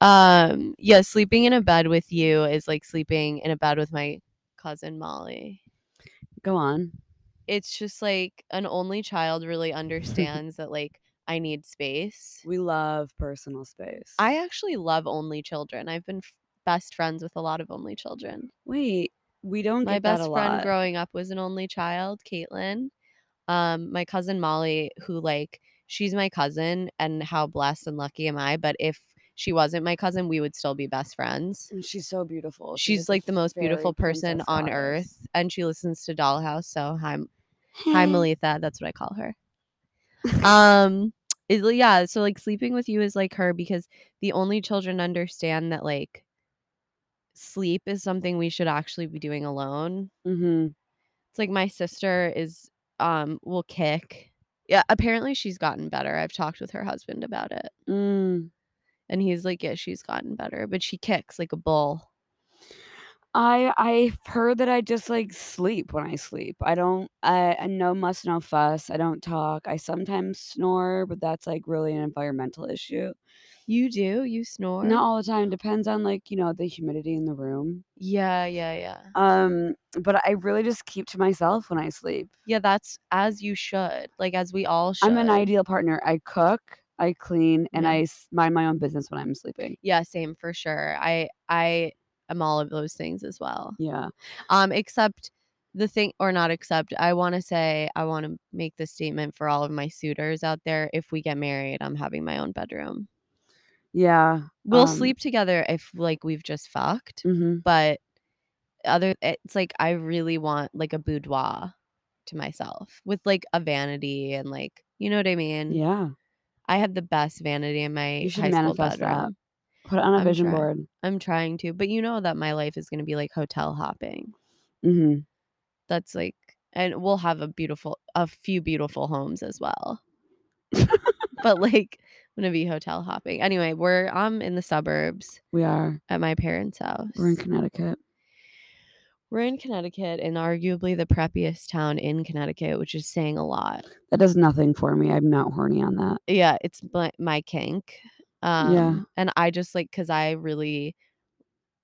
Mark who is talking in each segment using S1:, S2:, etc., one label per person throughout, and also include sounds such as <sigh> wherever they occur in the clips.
S1: Um, yeah, sleeping in a bed with you is like sleeping in a bed with my cousin Molly.
S2: Go on.
S1: It's just like an only child
S2: <laughs>
S1: really understands that like I need space.
S2: We love personal space.
S1: I actually love only children. I've been f- best friends with a lot of only children.
S2: wait. We don't
S1: my
S2: get that
S1: best
S2: a
S1: friend
S2: lot.
S1: growing up was an only child, Caitlin. Um, my cousin Molly, who like she's my cousin, and how blessed and lucky am I? But if she wasn't my cousin, we would still be best friends.
S2: and she's so beautiful. She
S1: She's
S2: is a
S1: like the most
S2: fairy
S1: beautiful person
S2: princess
S1: on
S2: goddess.
S1: earth, and she listens to Dollhouse. So hi, hi Melitha. That's what I call her. um, is yeah. So like sleeping with you is like her because the only children understand that like sleep is something we should actually be doing alone
S2: Mm-hmm.
S1: it's like my sister is um will kick yeah apparently she's gotten better i've talked with her husband about it
S2: Mm.
S1: and he's like yeah she's gotten better but she kicks like a bull
S2: I I've heard that I just like sleep when I sleep. I don't. I, I no muss no fuss. I don't talk. I sometimes snore, but that's like really an environmental issue.
S1: you do you snore
S2: Not all the time. Depends on like you know the humidity in the room.
S1: yeah yeah yeah
S2: Um, but I really just keep to myself when I sleep.
S1: yeah that's as you should like as we all should
S2: I'm an ideal partner. I cook, I clean, and
S1: Yeah.
S2: I s- mind my own business when I'm sleeping.
S1: yeah same for sure i i am all of those things as well
S2: Yeah.
S1: um except the thing or not except i want to say i want to make this statement for all of my suitors out there if we get married i'm having my own bedroom
S2: Yeah.
S1: we'll
S2: um,
S1: sleep together if like we've just fucked
S2: hmm
S1: but other it's like i really want like a boudoir to myself with like a vanity and like you know what i mean
S2: Yeah.
S1: i had the best vanity in my
S2: You should
S1: high school
S2: manifest that.
S1: bedroom
S2: Put it on a
S1: I'm
S2: vision
S1: trying.
S2: board.
S1: i'm trying to but you know that my life is going to be like hotel hopping
S2: hmm
S1: that's like and we'll have a beautiful a few beautiful homes as well but
S2: <laughs>
S1: like i'm gonna be hotel hopping anyway we're um in the suburbs
S2: We are.
S1: at my parents house
S2: We're in Connecticut.
S1: We're in Connecticut, in arguably the preppiest town in Connecticut, which is saying a lot.
S2: That does nothing for me. I'm not horny on that.
S1: Yeah, it's my, my kink. Um,
S2: Yeah.
S1: And I just like, because I really,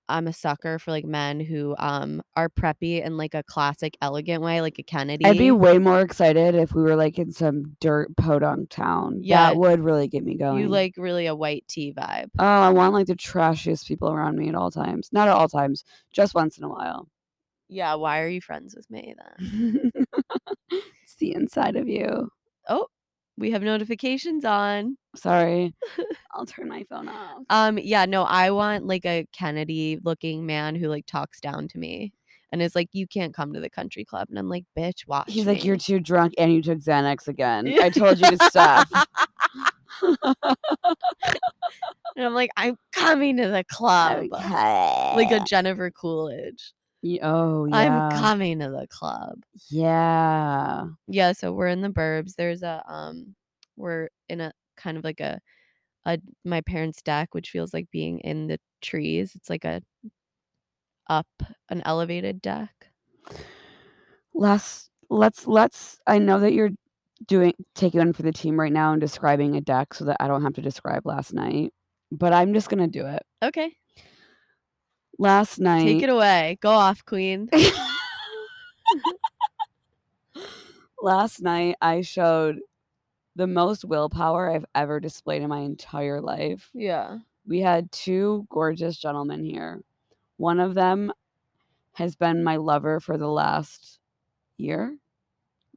S1: I'm a sucker for like men who um are preppy in like a classic, elegant way, like a Kennedy.
S2: I'd be way more excited if we were like in some dirt podunk town.
S1: Yeah,
S2: That would really get me going.
S1: you like really a white tea vibe.
S2: Oh, I want like the trashiest people around me at all times. Not at all times, just once in a
S1: <laughs>
S2: while. <laughs>
S1: Yeah, why are you friends with me then?
S2: it's the inside of you.
S1: We have notifications on. <laughs>
S2: Sorry. I'll turn my phone off.
S1: Um, yeah, no, I want like a Kennedy looking man who like talks down to me and is like, "You can't come to the country club," and I'm like, "Bitch, watch."
S2: He's like, You're
S1: me."
S2: too drunk and you took Xanax again.
S1: <laughs>
S2: I told you to stop.
S1: and I'm like, "I'm coming
S2: Oh,
S1: to the club," Um, like a Jennifer Coolidge.
S2: <laughs> Ye- Oh, yeah.
S1: I'm coming to the club.
S2: yeah.
S1: Yeah, so we're in the burbs. There's a um, we're in a kind of like a a my parents' deck, which feels like being in the trees. It's like a up an elevated deck.
S2: Let's let's let's I know that you're doing taking one for the team right now and describing a deck so that I don't have to describe last night. But I'm just gonna do it.
S1: Okay,
S2: Last night <laughs>
S1: take <laughs> it away. Go off, queen.
S2: last night I showed the most willpower I've ever displayed in my entire life.
S1: Yeah.
S2: We had two gorgeous gentlemen here. One of them has been my lover for the last year,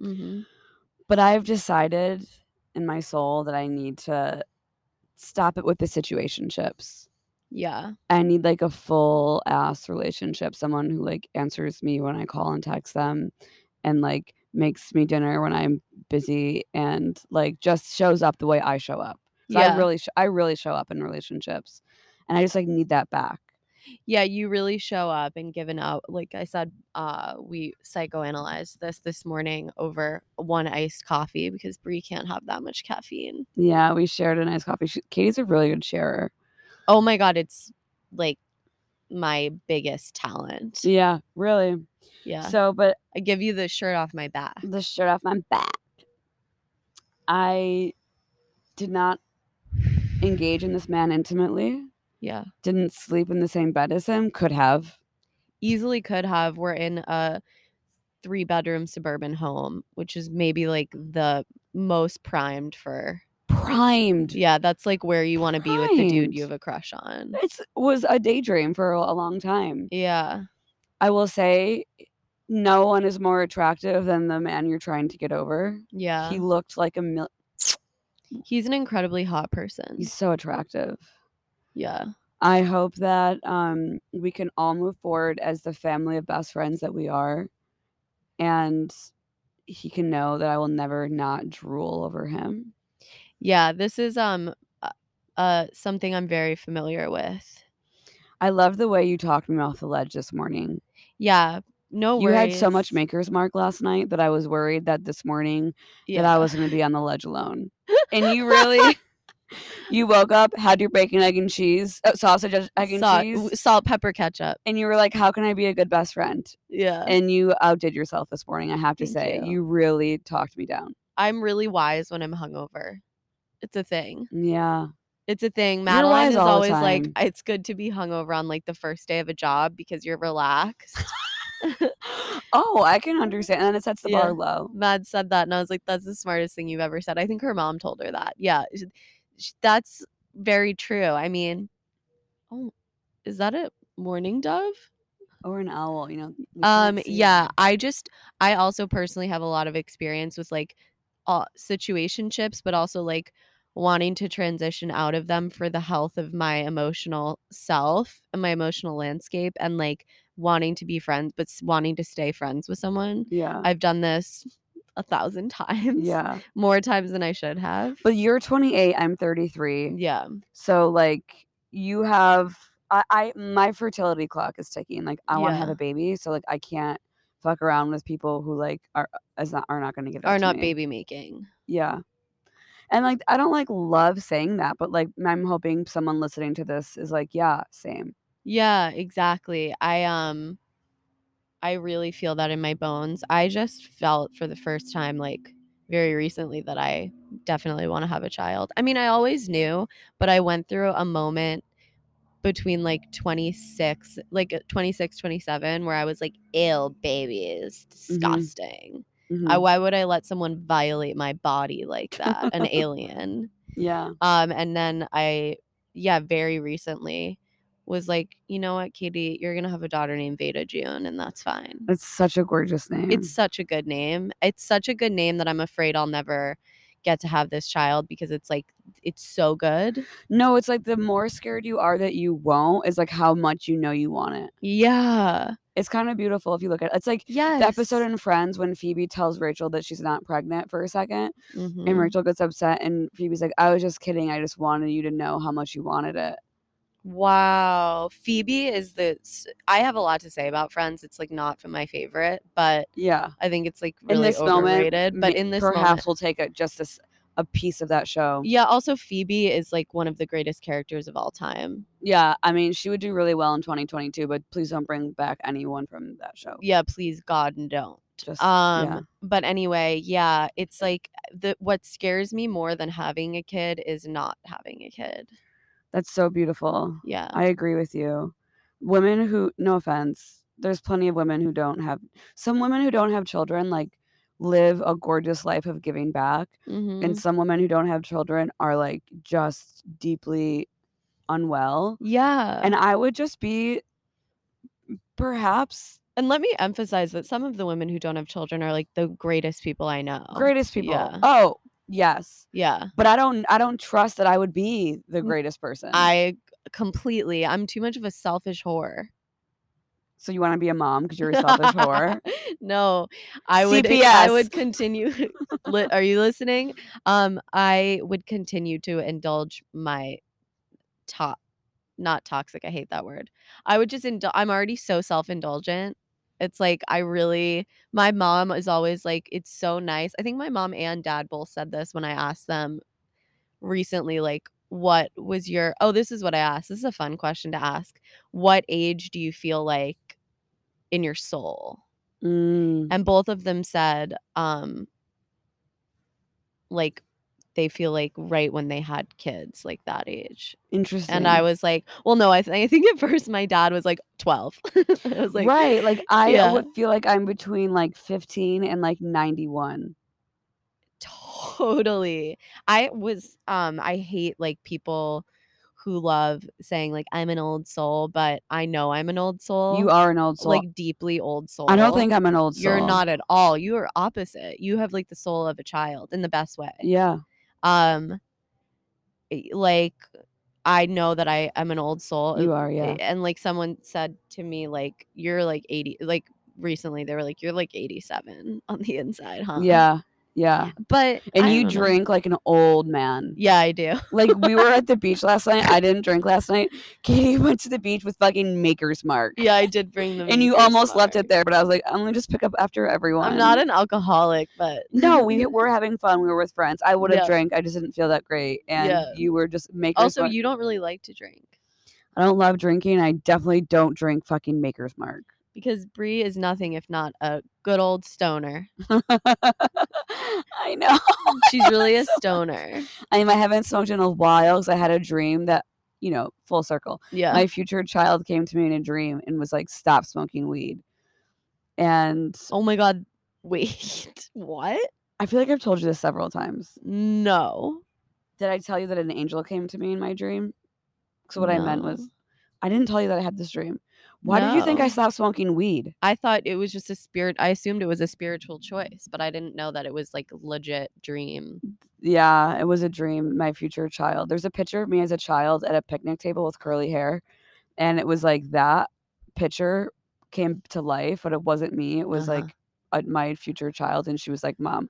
S1: Mm-hmm.
S2: but I've decided in my soul that I need to stop it with the situationships.
S1: Yeah.
S2: I need like a full ass relationship, someone who like answers me when I call and text them and like makes me dinner when I'm busy and like just shows up the way I show up. So
S1: yeah.
S2: I really sh- I really show up in relationships. And I just like need that back.
S1: yeah, you really show up and given up. Like I said, uh, we psychoanalyzed this this morning over one iced coffee because Brie can't have that much caffeine.
S2: Yeah, we shared a nice coffee. She- Katie's a really good sharer.
S1: Oh my god, it's like my biggest talent.
S2: Yeah, really.
S1: Yeah.
S2: So, but
S1: I give you the shirt off my back.
S2: the shirt off my back. I did not engage in this man intimately.
S1: Yeah.
S2: didn't sleep in the same bed as him, could have.
S1: Easily could have. We're in a three bedroom suburban home, which is maybe like the most primed for.
S2: Primed.
S1: Yeah, that's like where you want to be with the dude
S2: Primed.
S1: you have a crush on.
S2: It was a daydream for a a long time.
S1: Yeah.
S2: I will say, no one is more attractive than the man you're trying to get over.
S1: Yeah.
S2: He looked like a mil-
S1: he's an incredibly hot person.
S2: he's so attractive.
S1: yeah.
S2: I hope that um, we can all move forward as the family of best friends that we are, and he can know that I will never not drool over him.
S1: Yeah, this is um uh, uh something I'm very familiar with.
S2: I love the way you talked me off the ledge this morning.
S1: Yeah, no
S2: you had so much
S1: worries.
S2: maker's mark last night that I was worried that this morning
S1: yeah.
S2: that I was going to be on the ledge alone. And you really,
S1: <laughs>
S2: <laughs> you woke up, had your bacon, egg, and cheese, uh, sausage, egg, egg, and
S1: Sa-
S2: cheese,
S1: w- salt, pepper, ketchup.
S2: and you were like, "How can I be a good best friend?"
S1: Yeah,
S2: And you outdid yourself this morning. I have to
S1: Thank
S2: say,
S1: you.
S2: you really talked me down.
S1: I'm really wise when I'm hungover. It's a thing.
S2: Yeah.
S1: It's a thing. Madeline
S2: wise
S1: is
S2: all
S1: always
S2: the
S1: like,
S2: time.
S1: it's good to be hungover on like the first day of a job because you're relaxed.
S2: <laughs> oh, I can understand. And it sets the
S1: Yeah.
S2: bar low.
S1: Mad said that, and I was like, that's the smartest thing you've ever said. I think her mom told her that. Yeah, sh- sh- that's very true. I mean, oh, is that a morning dove?
S2: Or an owl, you know. we can't
S1: Um,
S2: see
S1: yeah,
S2: it.
S1: I just, I also personally have a lot of experience with like uh, situationships, but also like wanting to transition out of them for the health of my emotional self and my emotional landscape and like wanting to be friends, but s- wanting to stay friends with someone.
S2: Yeah.
S1: I've done this a thousand <laughs> times.
S2: yeah.
S1: More times than I should have.
S2: But you're 28, I'm 33.
S1: yeah.
S2: So like you have I, I my fertility clock is ticking. Like I want to have
S1: Yeah.
S2: a baby, so like I can't fuck around with people who like are is not are not going to give that
S1: Are
S2: to
S1: not
S2: me.
S1: baby making.
S2: Yeah. And like I don't like love saying that, but like I'm hoping someone listening to this is like, yeah, same.
S1: Yeah, exactly. I um I really feel that in my bones. I just felt for the first time like very recently that I definitely want to have a child. I mean, I always knew, but I went through a moment between like 26 like uh, 26 27 where I was like ill babies disgusting.
S2: Mhm.
S1: Mm-hmm. I, why would I let someone violate my body like that? An alien.
S2: yeah.
S1: Um, and then I, yeah, very recently was like, you know what, Katie, you're gonna have a daughter named Veda June, and that's fine.
S2: It's such a gorgeous name.
S1: It's such a good name. It's such a good name that I'm afraid I'll never get to have this child because it's like it's so good.
S2: no, it's like the more scared you are that you won't is like how much you know you want it.
S1: Yeah.
S2: It's kind of beautiful if you look at it. It's like
S1: Yes.
S2: the episode in Friends when Phoebe tells Rachel that she's not pregnant for a second,
S1: Mhm.
S2: and Rachel gets upset, and Phoebe's like, "I was just kidding. I just wanted you to know how much you wanted it."
S1: Wow. Phoebe is the. s- I have a lot to say about Friends. It's like not my favorite, but
S2: Yeah,
S1: I think it's like really
S2: in this
S1: overrated.
S2: moment,
S1: but
S2: ma-
S1: in this
S2: perhaps
S1: moment,
S2: we'll take a, just a, s- a piece of that show.
S1: Yeah, also Phoebe is like one of the greatest characters of all time.
S2: Yeah, I mean, she would do really well in 2022, but please don't bring back anyone from that show.
S1: Yeah, please God and don't.
S2: Just
S1: Um
S2: Oh. yeah.
S1: but anyway, yeah, it's like the what scares me more than having a kid is not having a kid.
S2: that's so beautiful.
S1: Yeah.
S2: I agree with you. Women who, no offense, there's plenty of women who don't have, some women who don't have children, like, live a gorgeous life of giving back.
S1: Mhm.
S2: And some women who don't have children are, like, just deeply unwell.
S1: yeah. And,
S2: And I would just be, perhaps,
S1: let me emphasize that some of the women who don't have children are like the greatest people I know.
S2: greatest people.
S1: yeah.
S2: Oh, yes.
S1: Yeah.
S2: But I don't, I don't trust that I would be the greatest person.
S1: Mm. I completely I'm too much of a selfish whore.
S2: so you want to be a mom because you're a
S1: <laughs>
S2: selfish whore.
S1: no, I would. ex- I
S2: CPS.
S1: would continue. <laughs> li- are you listening? Um, I would continue to indulge my top, not toxic. I hate that word. I would just indulge. I'm already so self indulgent. It's like I really. My mom is always like, it's so nice. I think my mom and dad both said this when I asked them recently, like. What was your oh, this is what I asked. This is a fun question to ask. What age do you feel like in your soul?
S2: Mm,
S1: and both of them said um like they feel like right when they had kids, like that age.
S2: Interesting.
S1: And I was like, well, no, I, th- I think at first my dad was like 12. <laughs> I was like,
S2: right. Like I
S1: yeah.
S2: would feel like I'm between like 15 and like 91.
S1: Totally. I was um I hate like people who love saying like I'm an old soul, but I know I'm an old soul.
S2: You are an old soul.
S1: like deeply old soul.
S2: I don't think I'm an old soul.
S1: you're not at all. You are opposite. You have like the soul of a child in the best way.
S2: Yeah.
S1: <laughs> Um i- like I know that I am an old soul. eh,
S2: You are. Yeah.
S1: And like someone said to me like you're like 80 like recently they were like you're like 87 on the inside, huh?
S2: Yeah. Yeah.
S1: But
S2: And
S1: uh, I
S2: you
S1: don't know.
S2: drink like an old man.
S1: Yeah, I do. <laughs>
S2: Like we were at the beach last night. I didn't drink last night. <laughs> Katie went to the beach with fucking Maker's Mark.
S1: Yeah, I did bring them.
S2: And you
S1: Maker's
S2: almost left
S1: Mark.
S2: it there, but I was like, I'm gonna just pick up after everyone.
S1: I'm not an alcoholic, but <laughs>
S2: No, we were having fun. We were with friends. I would have
S1: Yeah.
S2: drank. I just didn't feel that great. And
S1: Yeah.
S2: you were just Maker's
S1: also
S2: Mark.
S1: you don't really like to drink
S2: I don't love drinking. I definitely don't drink fucking Maker's Mark. <laughs>
S1: because Brie is nothing if not a good old
S2: <laughs>
S1: stoner.
S2: I know. <laughs>
S1: She's really a
S2: So much.
S1: stoner.
S2: I mean, I haven't smoked in a while because I had a dream that, you know, full circle.
S1: Yeah,
S2: My future child came to me in a dream and was like, stop smoking weed. And
S1: Oh my god. Wait. <laughs> What?
S2: I feel like I've told you this several times.
S1: No.
S2: Did I tell you that an angel came to me in my dream? So what I meant
S1: No.
S2: was, I didn't tell you that I had this dream. Why did you think I
S1: No.
S2: stopped smoking weed?
S1: I thought it was just a spirit. I assumed it was a spiritual choice, but I didn't know that it was like legit dream.
S2: Yeah, it was a dream. My future child. There's a picture of me as a child at a picnic table with curly hair, and it was like that picture came to life, but it wasn't me. It was
S1: Uh-huh.
S2: like a, my future child, and she was like, "Mom,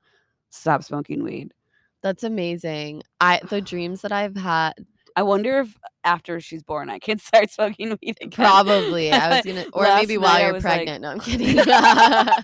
S2: stop smoking weed."
S1: That's amazing. I the dreams that I've <laughs> had
S2: I wonder if after she's born, I can <laughs> start smoking weed. Again.
S1: Probably.
S2: <laughs>
S1: I was gonna, or
S2: Last
S1: maybe
S2: night
S1: while
S2: I
S1: you're
S2: was like-
S1: pregnant. <laughs> no, I'm kidding. I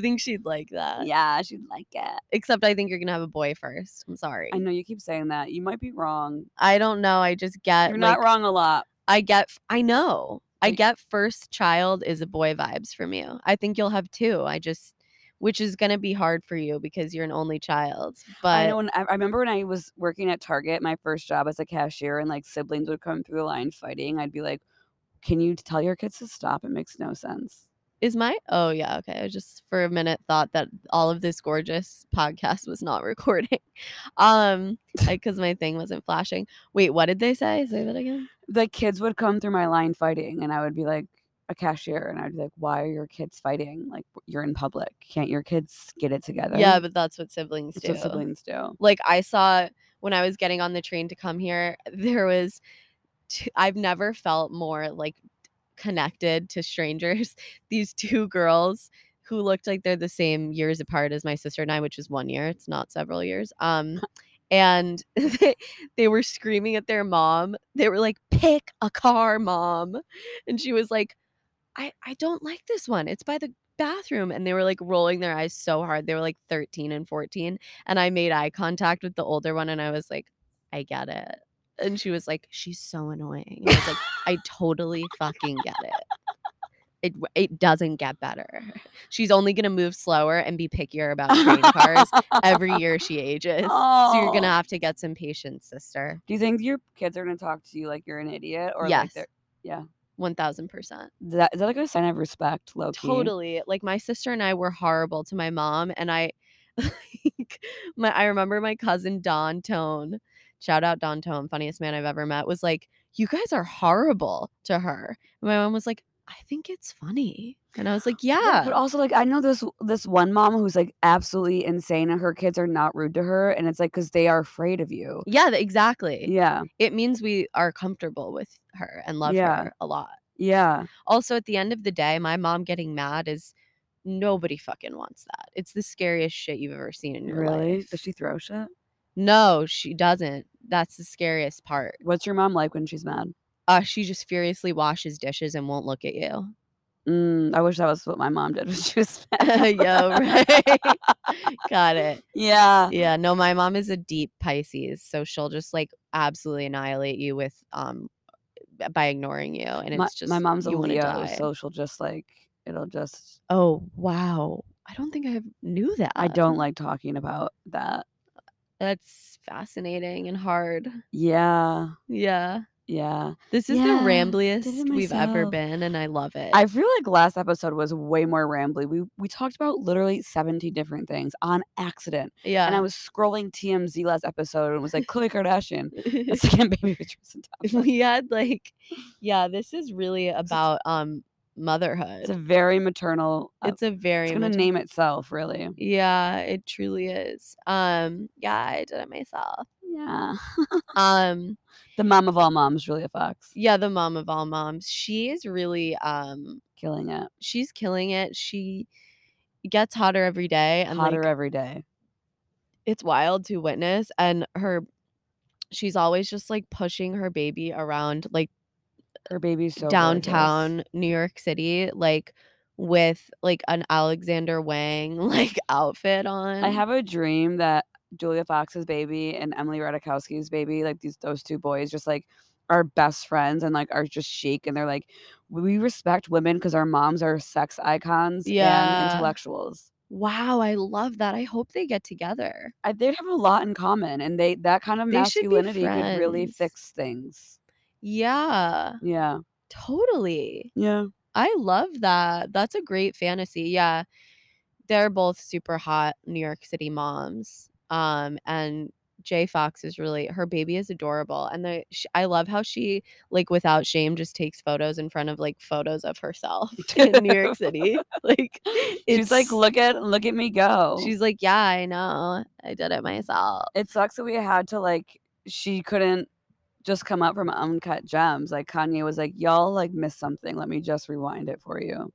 S1: think she'd like that.
S2: yeah, she'd like it.
S1: Except I think you're gonna have a boy first. I'm sorry.
S2: I know you keep saying that. You might be wrong.
S1: I don't know. I just get.
S2: You're not
S1: Uh, like,
S2: wrong a lot.
S1: I get. f- I know. I
S2: Like-
S1: get first child is a boy vibes from you. I think you'll have two. I just, which is gonna be hard for you because you're an only child.
S2: I know
S1: But
S2: when I, I remember when I was working at Target, my first job as a cashier, and like siblings would come through the line fighting. I'd be like, "Can you tell your kids to stop? It makes no sense."
S1: is my oh yeah okay. I just for a minute thought that all of this gorgeous podcast was not <laughs> recording, um, because my thing wasn't flashing. Wait, what did they say? Say that again.
S2: The kids would come through my line fighting, and I would be like a cashier, and I'd be like, "Why are your kids fighting? Like you're in public. Can't your kids get it together?"
S1: Yeah, but that's what siblings
S2: that's
S1: do.
S2: what siblings do.
S1: like I saw when I was getting on the train to come here, <laughs> there was t- I've never felt more like connected to strangers. <laughs> These two girls who looked like they're the same years apart as my sister and I, which is one year. It's not several years. Um and <laughs> they, they were screaming at their mom. They were like, "Pick a car, mom." And she was like, "I I don't like this one. It's by the bathroom." And they were like rolling their eyes so hard. They were like 13 and 14 and I made eye contact with the older one and I was like, I get it. And she was like, she's so annoying. And I was like, I totally fucking get it. It, w- it doesn't get better. She's only going to move slower and be pickier about
S2: <laughs>
S1: train cars every year she ages. So you're going to
S2: Oh.
S1: have to get some patience, sister.
S2: Do you think your kids are gonna talk to you like you're an idiot, or
S1: Yes.
S2: like they're
S1: 1000%.
S2: is that, is that like a sign of respect, low key?
S1: Totally. Like my sister and I were horrible to my mom, and I, <laughs> like, my I remember my cousin Don Tone, shout out Don Tone, funniest man I've ever met, was like, "You guys are horrible to her." And my mom was like, "I think it's funny," and I was
S2: <gasps>
S1: like,
S2: Yeah,
S1: "Yeah."
S2: But also, like, I know this this one mom who's like absolutely insane, and her kids are not rude to her, and it's like because they are afraid of you.
S1: yeah, th- exactly.
S2: Yeah,
S1: It means we are comfortable with her and love
S2: Yeah.
S1: her a lot.
S2: yeah,
S1: Also, at the end of the day, my mom getting mad is nobody fucking wants that. It's the scariest shit you've ever seen in your
S2: really.
S1: life.
S2: Does she throw shit?
S1: No, she doesn't. That's the scariest part.
S2: What's your mom like when she's mad?
S1: Uh, she just furiously washes dishes and won't look at
S2: <laughs>
S1: you. <laughs>
S2: Mm, I wish that was what my mom did when she was mad.
S1: Yo, right? Got it.
S2: yeah,
S1: <laughs> Yeah, no, my mom is a deep Pisces, so she'll just like absolutely annihilate you with um b- by ignoring you, and it's
S2: my,
S1: just
S2: my mom's a
S1: you wanna
S2: Leo,
S1: die.
S2: so she'll just like it'll just.
S1: Oh wow, I don't think I knew that.
S2: I don't like talking about that.
S1: That's fascinating and hard.
S2: Yeah.
S1: Yeah.
S2: Yeah.
S1: This is
S2: Yeah,
S1: the rambliest
S2: it
S1: we've ever
S2: myself.
S1: been, and I love it.
S2: I feel like last episode was way more rambly. We we talked about literally 70 different things on accident.
S1: yeah.
S2: And I was scrolling TMZ last episode and was like,
S1: <laughs>
S2: Khloe Kardashian. The second baby with Tristan Thompson.
S1: we had like, yeah, this is
S2: <laughs>
S1: really about um motherhood.
S2: It's a very maternal. uh,
S1: It's a very
S2: it's going to
S1: mater-
S2: name itself, really.
S1: Yeah, it truly is. Um, yeah, I did it myself.
S2: Yeah.
S1: Um,
S2: The mom of all moms, Julia Fox,
S1: yeah, the mom of all moms. She is really um
S2: killing it.
S1: she's killing it. She gets hotter every day and
S2: Hotter
S1: like
S2: every day.
S1: it's wild to witness and her she's always just like pushing her baby around like
S2: Her baby's so gorgeous.
S1: downtown New York City like with like an Alexander Wang <laughs> like outfit on.
S2: I have a dream that Julia Fox's baby and Emily Ratajkowski's baby, like these those two boys, just like are best friends and like are just chic, and they're like, we respect women because our moms are sex icons
S1: Yeah.
S2: and intellectuals.
S1: wow, I love that. I hope they get together.
S2: I, they have a lot in common, and they that kind of
S1: They should be
S2: masculinity could really
S1: friends.
S2: fix things.
S1: Yeah,
S2: Yeah,
S1: totally.
S2: yeah.
S1: I love that. That's a great fantasy. Yeah. They're both super hot New York City moms. Um and Jay Fox is really her baby is adorable and the sh I love how she like without shame just takes photos in front of like photos of herself <laughs> in New York
S2: <laughs>
S1: City. Like
S2: she's like,
S1: it's-
S2: look at look at me go.
S1: she's like, "Yeah, I know. I did it myself." <sighs>
S2: it sucks that we had to like she couldn't just come up from uncut gems like kanye was like y'all like missed something let me just rewind it for you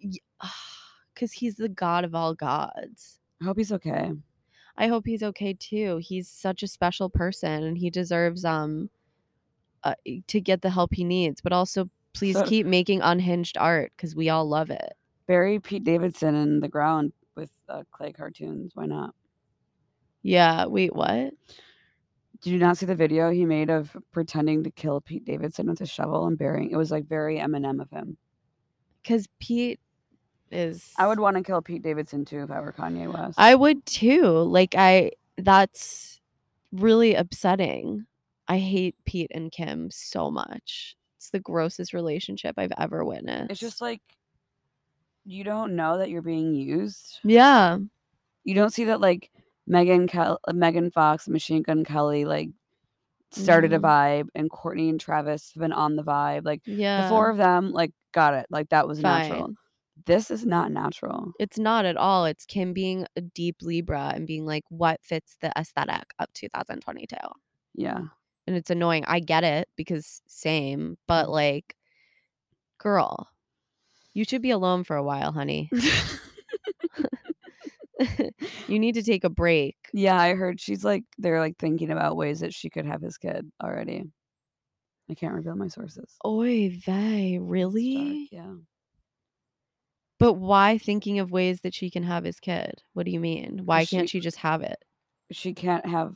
S1: Cuz he's the god of all gods.
S2: i hope he's okay
S1: I hope he's okay too. He's such a special person and he deserves um uh, to get the help he needs, but also please
S2: So-
S1: keep making unhinged art cuz we all love it.
S2: bury pete davidson in the ground with uh, clay cartoons why not
S1: Yeah, wait, what?
S2: did you not see the video he made of pretending to kill pete davidson with a shovel and burying it was like very eminem of him
S1: Cuz Pete is
S2: i would want to kill pete davidson too if i were kanye west
S1: I would too. Like I that's really upsetting. I hate Pete and Kim so much. It's the grossest relationship I've ever witnessed.
S2: it's just like you don't know that you're being used
S1: Yeah.
S2: you don't see that like Megan Kel- uh, Megan Fox, Machine Gun Kelly like started
S1: Mhm.
S2: a vibe, and Courtney and Travis have been on the vibe. Like
S1: Yeah.
S2: the four of them, like got it. Like that was natural.
S1: Fine.
S2: This is not natural.
S1: It's not at all. It's Kim being a deep Libra and being like, what fits the aesthetic of 2022?
S2: Yeah,
S1: And it's annoying. I get it because same, but like, girl, you should be alone for a while, <laughs> honey. you need to take a break.
S2: yeah. I heard she's like they're like thinking about ways that she could have his kid already. I can't reveal my sources.
S1: Oy vey,
S2: It's dark,
S1: really?
S2: Yeah.
S1: But why thinking of ways that she can have his kid? What do you mean? Why can't
S2: she-
S1: she just have it?
S2: She can't have.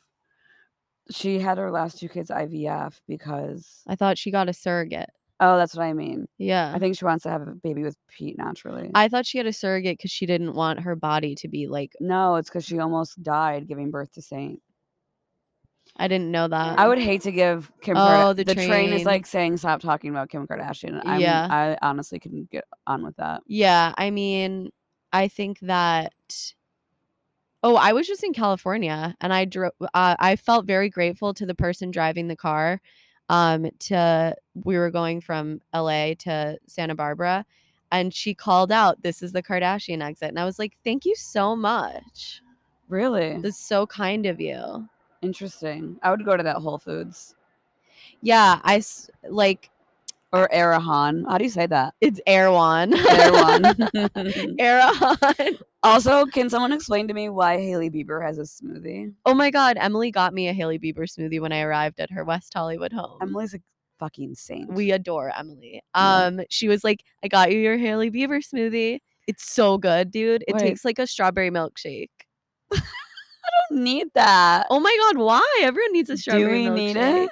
S2: She had her last two kids IVF because
S1: I thought she got a surrogate.
S2: oh, that's what I mean.
S1: Yeah.
S2: I think she wants to have a baby with Pete naturally.
S1: I thought she had a surrogate because she didn't want her body to be like.
S2: No, it's because she almost died giving birth to Saint.
S1: I didn't know that.
S2: I would hate to give Kim.
S1: Uh, Oh,
S2: Karda-
S1: the
S2: the, train. is
S1: train.
S2: like saying stop talking about Kim Kardashian. i
S1: Yeah.
S2: I honestly couldn't get on with that.
S1: Yeah, I mean, I think that. Oh, I was just in California, and I drove. Uh, I felt very grateful to the person driving the car. Um, to we were going from L.A. to Santa Barbara, and she called out, "This is the Kardashian exit," and I was like, "Thank you so much.
S2: Really
S1: That's so kind of you."
S2: interesting. I would go to that Whole Foods
S1: Yeah, I s- like
S2: or Arahan. How do you
S1: <laughs>
S2: say that?
S1: it's Erwan. <laughs>
S2: Erewhon. <laughs>
S1: Erwan.
S2: also, can someone explain to me why Haley Bieber has a smoothie?
S1: Oh my God, Emily got me a Haley Bieber smoothie when I arrived at her West Hollywood home.
S2: Emily's a fucking saint.
S1: we adore Emily.
S2: Yeah.
S1: Um, she was like, "I got you your Haley Bieber smoothie. It's so good, dude. It
S2: Wait.
S1: tastes like a strawberry milkshake."
S2: don't need that.
S1: Oh my god, why? Everyone needs a
S2: Do
S1: strawberry
S2: we
S1: milkshake.
S2: need it?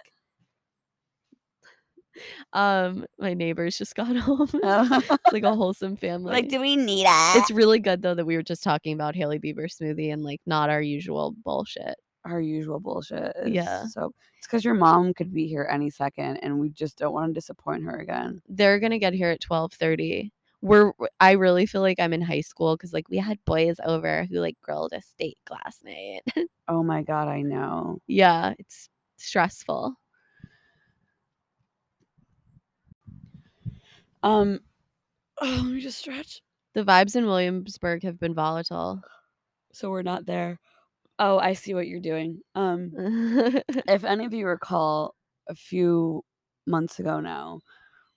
S1: Um, my neighbors just got <laughs>
S2: <laughs>
S1: home. it's
S2: Oh.
S1: like
S2: <laughs>
S1: a wholesome family.
S2: like, do we need it?
S1: it's really good though that we were just talking about Haley Bieber smoothie and like not our usual bullshit.
S2: her usual bullshit. It's
S1: Yeah.
S2: So it's because your mom could be here any second, and we just don't want to disappoint her again.
S1: They're gonna get here at twelve thirty. We're I really feel like I'm in high school because like we had boys over who like grilled a steak last night. <laughs>
S2: Oh my god, I know.
S1: yeah, it's stressful.
S2: Um, <sighs> oh, let me just stretch.
S1: The vibes in Williamsburg have been volatile. <laughs>
S2: So we're not there. Oh, I see what you're doing. Um, if any of you recall, a few months ago now,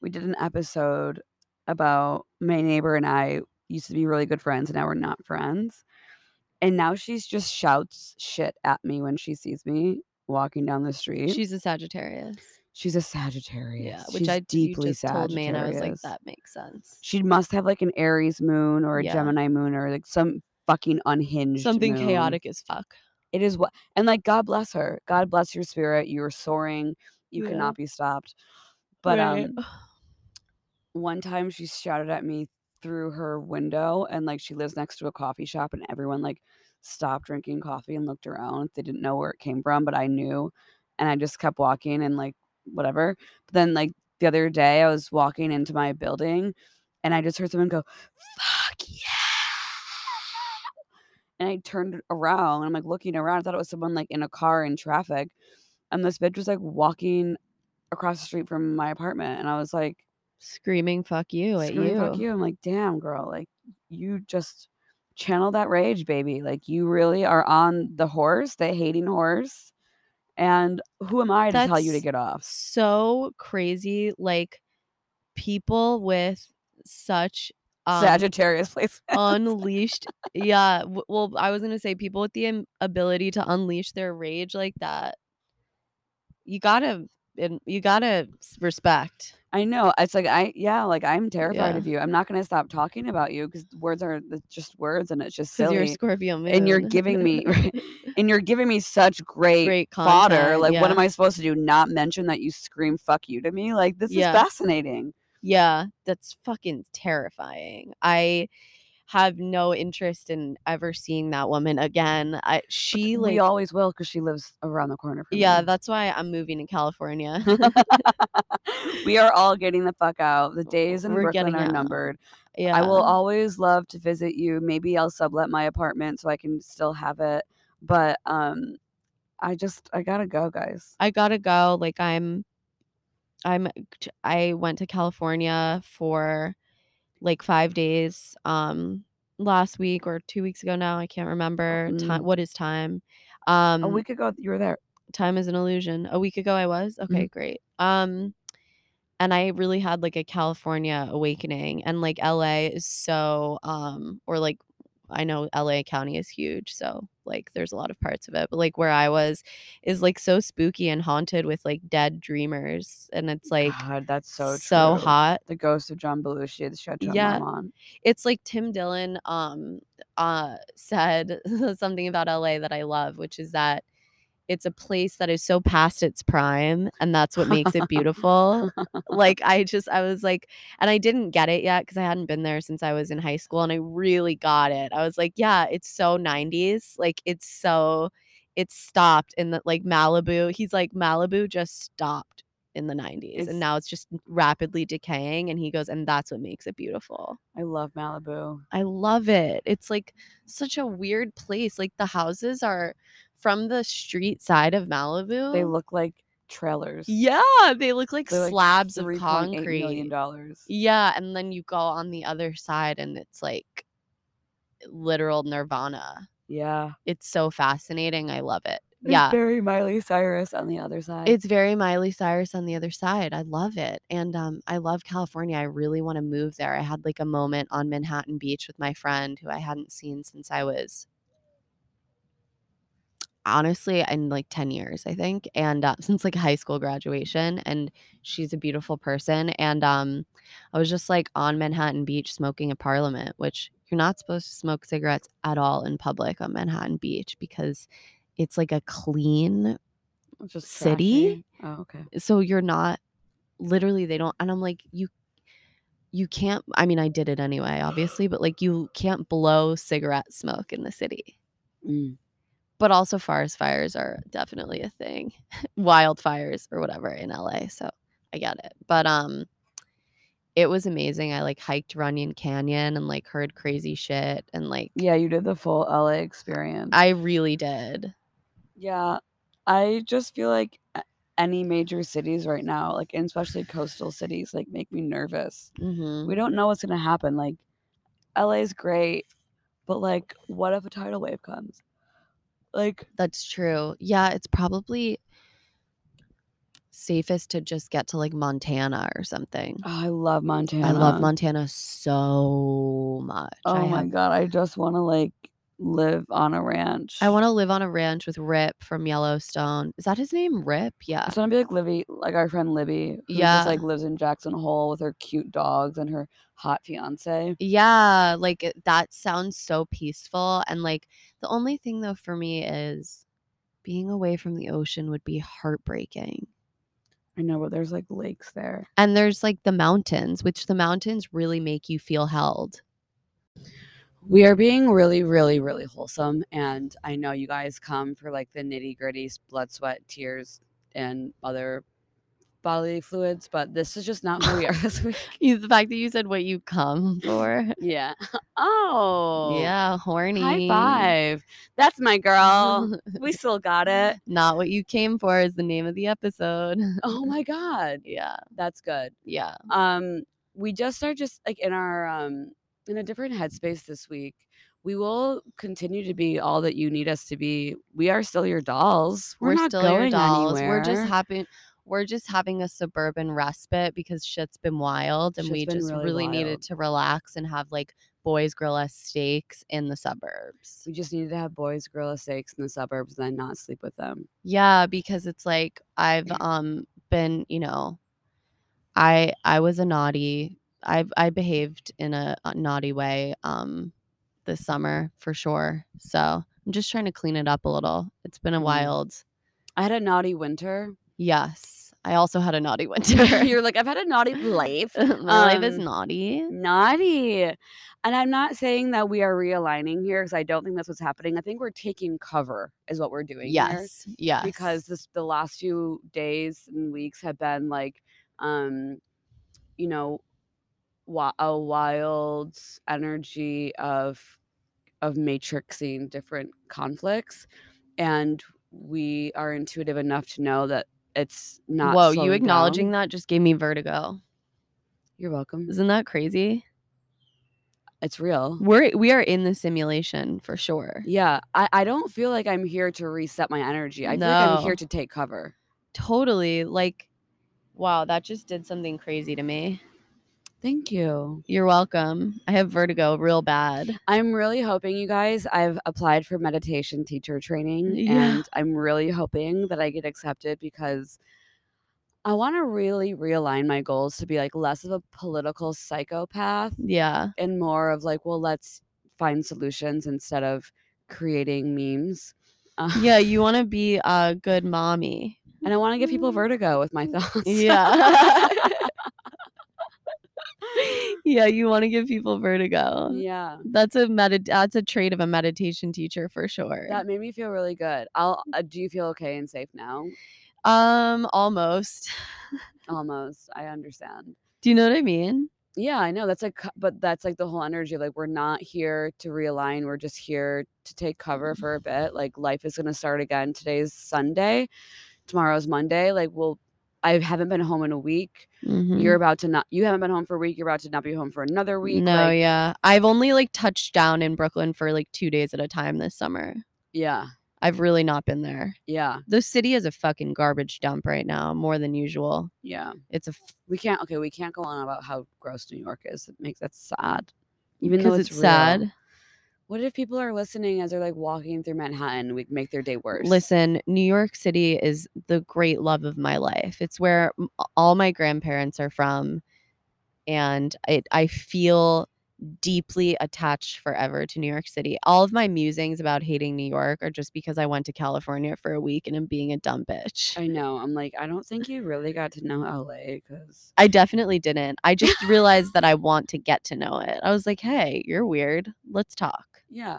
S2: we did an episode about my neighbor and I used to be really good friends, and now we're not friends. And now she's just shouts shit at me when she sees me walking down the street.
S1: She's a Sagittarius.
S2: she's a Sagittarius.
S1: Yeah, which
S2: She's
S1: I
S2: deeply
S1: you just told me, and I was like,
S2: Sagittarius.
S1: that makes sense.
S2: She must have like an Aries moon or a
S1: Yeah.
S2: Gemini moon or like some fucking unhinged
S1: Something
S2: moon.
S1: chaotic as fuck.
S2: It is what and like God bless her. God bless your spirit. You are soaring. You
S1: Yeah.
S2: cannot be stopped. But
S1: Right.
S2: um one time she shouted at me through her window and like she lives next to a coffee shop and everyone like stopped drinking coffee and looked around they didn't know where it came from but i knew and i just kept walking and like whatever but then like the other day i was walking into my building and i just heard someone go fuck yeah and i turned around and i'm like looking around i thought it was someone like in a car in traffic and this bitch was like walking across the street from my apartment and i was like
S1: screaming "fuck you" at
S2: screaming,
S1: you.
S2: Fuck you. I'm like, damn, girl, like you just channel that rage, baby. Like you really are on the horse, the hating horse. And who am I to tell you to
S1: That's-
S2: get off?
S1: So crazy, like people with such um,
S2: Sagittarius <laughs> place.
S1: unleashed. yeah, w- well, I was gonna say people with the am- ability to unleash their rage like that. You gotta, and you gotta s- respect.
S2: I know. It's like I yeah, like I'm terrified
S1: Yeah.
S2: of you. I'm not gonna stop talking about you because words are th- just words and it's just
S1: Because
S2: silly.
S1: you're a Scorpio moon.
S2: and you're giving
S1: <laughs>
S2: me and you're giving me such great,
S1: Great
S2: fodder.
S1: content,
S2: Like what
S1: yeah.
S2: am I supposed to do? Not mention that you scream fuck you to me? Like this
S1: Yeah.
S2: is fascinating.
S1: Yeah, that's fucking terrifying. I have no interest in ever seeing that woman again. I she like
S2: we always will because she lives around the corner from
S1: yeah,
S2: me.
S1: that's why I'm moving to California.
S2: we are all getting the fuck out. The days in
S1: Oh, We're
S2: Brooklyn
S1: getting
S2: are
S1: out.
S2: numbered.
S1: yeah.
S2: <laughs> I will always love to visit you. Maybe I'll sublet my apartment so I can still have it. But um I just I gotta go, guys.
S1: I gotta go. Like I'm I'm uh, t- I went to California for like five days um last week or two weeks ago now. I can't remember time
S2: Mm.
S1: what is time. Um
S2: A week ago you were there.
S1: time is an illusion. A week ago I was.
S2: Mm-hmm.
S1: Okay, great. Um and I really had like a California awakening and like LA is so um or like I know LA County is huge, so like there's a lot of parts of it, but like where I was is like so spooky and haunted with like dead dreamers and it's like
S2: God, that's so
S1: so,
S2: true.
S1: hot.
S2: The ghost of John Belushi, the Chateau
S1: Yeah.
S2: Marmont.
S1: It's like Tim Dillon um uh said <laughs> something about LA that I love, which is that it's a place that is so past its prime and that's what makes it beautiful. like I just I was like and I didn't get it yet because I hadn't been there since I was in high school and I really got it. I was like, yeah, it's so 90s. Like it's so it's stopped in the like Malibu. He's like Malibu just stopped in the 90s
S2: It's-
S1: and now it's just rapidly decaying and he goes and that's what makes it beautiful.
S2: I love Malibu.
S1: I love it. It's like such a weird place. Like the houses are from the street side of Malibu.
S2: They look like trailers.
S1: Oh. yeah, they look like
S2: They're like
S1: slabs of
S2: $3.8
S1: concrete.
S2: million dollars.
S1: Yeah, and then you go on the other side and it's like literal nirvana.
S2: Yeah.
S1: It's so fascinating. I love it.
S2: It's
S1: yeah.
S2: very Miley Cyrus on the other side.
S1: It's very Miley Cyrus on the other side. I love it. And um, I love California. I really want to move there. I had like a moment on Manhattan Beach with my friend who I hadn't seen since I was honestly in like 10 years, I think. And uh, <laughs> since like high school graduation. And she's a beautiful person. And um, I was just like on Manhattan Beach smoking a parliament, which you're not supposed to smoke cigarettes at all in public on Manhattan Beach because it's like a clean
S2: It's just
S1: city?
S2: trashy. Oh, okay.
S1: so you're not literally they don't and i'm like you you can't i mean i did it Mm. anyway obviously but like you can't blow cigarette smoke in the city but also forest fires are definitely a thing <laughs> wildfires or whatever in la so i get it but um it was amazing i like hiked runyon canyon and like heard crazy shit and like
S2: Yeah, you did the full LA experience.
S1: i really did
S2: yeah, I just feel like a- any major cities right now, like and especially coastal cities, like make me nervous.
S1: hmm
S2: We don't know what's gonna happen. Like, LA's great, but like, what if a tidal wave comes? Like,
S1: that's true yeah it's probably safest to just get to like montana or something
S2: oh, I love Montana.
S1: i love montana so much
S2: Oh
S1: I
S2: my
S1: have
S2: god, I just want to like live on a ranch.
S1: I want to live on a ranch with Rip from Yellowstone. Is that his name? Rip? Yeah.
S2: It's gonna be like Libby, like our friend Libby, who just like lives in Jackson Hole with her cute dogs and her hot fiance.
S1: Yeah, like it- that sounds so peaceful. And like the only thing though for me is being away from the ocean would be heartbreaking.
S2: I know, but there's like lakes there.
S1: And there's like the mountains, which the mountains really make you feel held.
S2: We are being really, really, really wholesome, and I know you guys come for like the nitty gritty blood, sweat, tears, and other bodily fluids, but this is just not who we are <laughs> this week.
S1: You- The fact that you said what you come for.
S2: Yeah. <laughs> Oh.
S1: Yeah, horny.
S2: High five. That's
S1: <laughs>
S2: my girl. we still got it.
S1: Not what you came for is the name of the episode. <laughs>
S2: Oh my god.
S1: Yeah.
S2: That's good.
S1: Yeah.
S2: um we just are just like in our um in a different headspace this week we will continue to be all that you need us to be we are still your dolls we're,
S1: We're,
S2: not
S1: still
S2: going
S1: your dolls. We're
S2: anywhere.
S1: just having we're just having a suburban respite because shit's been wild and we
S2: Shit's been
S1: just
S2: really
S1: really, needed
S2: wild.
S1: to relax and have like boys grill us steaks in the suburbs.
S2: we just needed to have boys gorilla steaks in the suburbs and then not sleep with them
S1: Yeah, because it's like I've um been, you know, I I was a naughty. I I behaved in a a naughty way um this summer for sure. So, I'm just trying to clean it up a little. It's been a
S2: Mm.
S1: wild.
S2: i had a
S1: <laughs>
S2: naughty winter <laughs>
S1: Yes. I also had a naughty <laughs> winter.
S2: you're like i've had a naughty life
S1: My life is
S2: Um,
S1: naughty.
S2: naughty and i'm not saying that we are realigning here because i don't think that's what's happening i think we're taking cover is what we're doing here.
S1: Yes. Yes.
S2: because this the last few days and weeks have been like um you know wi- a wild energy of of matrixing different conflicts and we are intuitive enough to know that it's not
S1: Whoa,
S2: slowing
S1: you acknowledging
S2: down.
S1: that just gave me vertigo.
S2: you're welcome
S1: Isn't that crazy?
S2: it's real
S1: We're we are in the simulation for sure.
S2: yeah I, I don't feel like i'm here to reset my energy i feel like i'm here
S1: No.
S2: to take cover
S1: Totally. Like wow, that just did something crazy to me.
S2: thank you
S1: You're welcome. I have vertigo real bad.
S2: I'm really hoping you guys. I've applied for meditation teacher training
S1: Yeah.
S2: and I'm really hoping that I get accepted because I want to really realign my goals to be like less of a political psychopath
S1: Yeah.
S2: and more of like, well, let's find solutions instead of creating memes. Uh,
S1: Yeah, you want to be a good mommy.
S2: <laughs> And I want to give people
S1: Mm.
S2: vertigo with my <laughs> thoughts.
S1: Yeah. <laughs> yeah, you want to give people vertigo.
S2: yeah.
S1: That's a medit that's a trait of a meditation teacher for sure.
S2: That made me feel really good. I'll
S1: Mm.
S2: uh, do you feel okay and safe now?
S1: um almost.
S2: Almost. I understand.
S1: Do you know what I mean?
S2: yeah i know that's like co- but that's like the whole energy like we're not here to realign we're just here to take cover for a bit like life is going to start again today's sunday tomorrow's monday like we'll i haven't been home in a week
S1: Mm-hmm.
S2: you're about to not you haven't been home for a week you're about to not be home for another week
S1: No,
S2: like,
S1: yeah. I've only like touched down in Brooklyn for like two days at a time this summer.
S2: yeah
S1: I've really not been there.
S2: yeah
S1: The city is a fucking garbage dump right now, more than usual.
S2: yeah
S1: It's a f-
S2: we can't okay we can't go on about how gross new york is it makes that's sad even though
S1: because
S2: it's,
S1: it's, sad.
S2: real. what if people are listening as they're like walking through manhattan we make their day worse
S1: Listen, New York City is the great love of my life. It's where m- all my grandparents are from, and it, I feel deeply attached forever to New York City. All of my musings about hating New York are just because I went to California for a week and I'm being a dumb bitch.
S2: I know. I'm like, I don't think you really got to know LA because
S1: I definitely didn't. I just realized that I want to get to know it. I was like, hey, you're weird. Let's talk.
S2: yeah,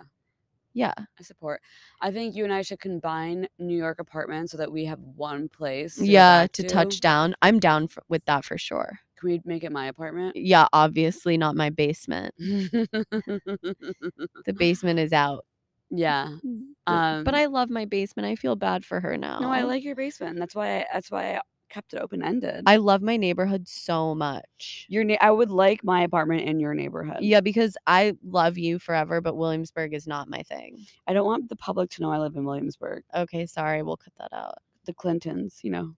S1: Yeah.
S2: I support. I think you and I should combine New York apartments so that we have one place. to go
S1: yeah.
S2: back
S1: To touch down. I'm down for, with that for sure.
S2: Can we make it my apartment?
S1: Yeah. Obviously, not my basement. The basement is out.
S2: <laughs> yeah.
S1: Um, but
S2: Um,
S1: I love my basement. I feel bad for her now.
S2: No, I like your basement. and That's why. I, that's why I kept it open ended.
S1: I love my neighborhood so much.
S2: your na- I would like my apartment in your neighborhood.
S1: Yeah, because I love you forever, but Williamsburg is not my thing.
S2: I don't want the public to know I live in Williamsburg.
S1: Okay, sorry, we'll cut that out.
S2: The Clintons, you know.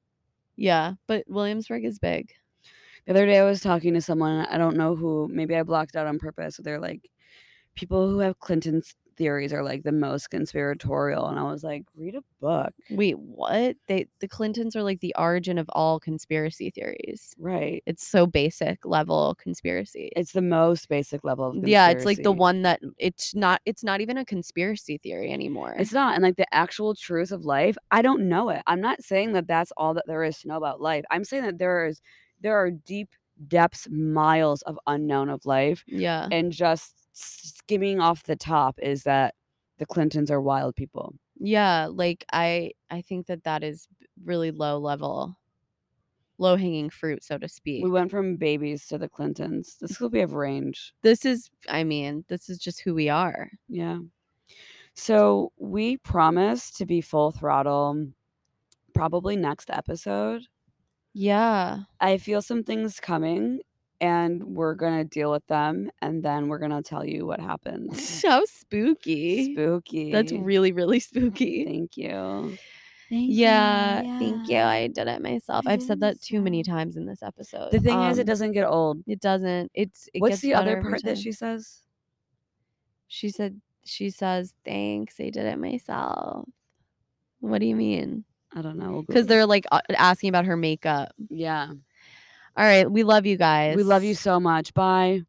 S1: Yeah, but Williamsburg is big.
S2: The other day I was talking to someone, I don't know who, maybe I blocked out on purpose. They're like, people who have Clinton's theories are like the most conspiratorial. And I was like, read a book.
S1: Wait, what? They the Clintons are like the origin of all conspiracy theories.
S2: Right.
S1: It's so basic level conspiracy.
S2: It's the most basic level of
S1: yeah, it's like the
S2: conspiracy.
S1: one that it's not it's not even a conspiracy theory anymore.
S2: It's not. And like the actual truth of life, I don't know it. I'm not saying that that's all that there is to know about life. I'm saying that there is, there are deep depths, miles of unknown of life.
S1: yeah.
S2: And just skimming off the top is that the Clintons are wild people.
S1: Yeah, like I I think that that is b- really low level low hanging fruit so to speak.
S2: We went from babies to the Clintons. This could be of range.
S1: this is I mean, this is just who we are.
S2: Yeah. So we promise to be full throttle probably next episode.
S1: Yeah. <laughs>
S2: I feel some things coming and we're going to deal with them and then we're going to tell you what happened.
S1: <laughs> So spooky.
S2: Spooky.
S1: That's really really <laughs> spooky.
S2: Thank you.
S1: yeah, thank you. I did it myself. I've said that too many
S2: Myself.
S1: times in this episode.
S2: The thing is, it
S1: Um,
S2: doesn't get old.
S1: It doesn't. It's. It gets
S2: What's the other
S1: better every
S2: part that
S1: time.
S2: she says?
S1: She said. She says thanks. I did it myself. What do you mean?
S2: I don't know. We'll
S1: Because
S2: Google it.
S1: they're like uh, asking about her makeup.
S2: yeah.
S1: All right, we love you guys.
S2: We love you so much. Bye.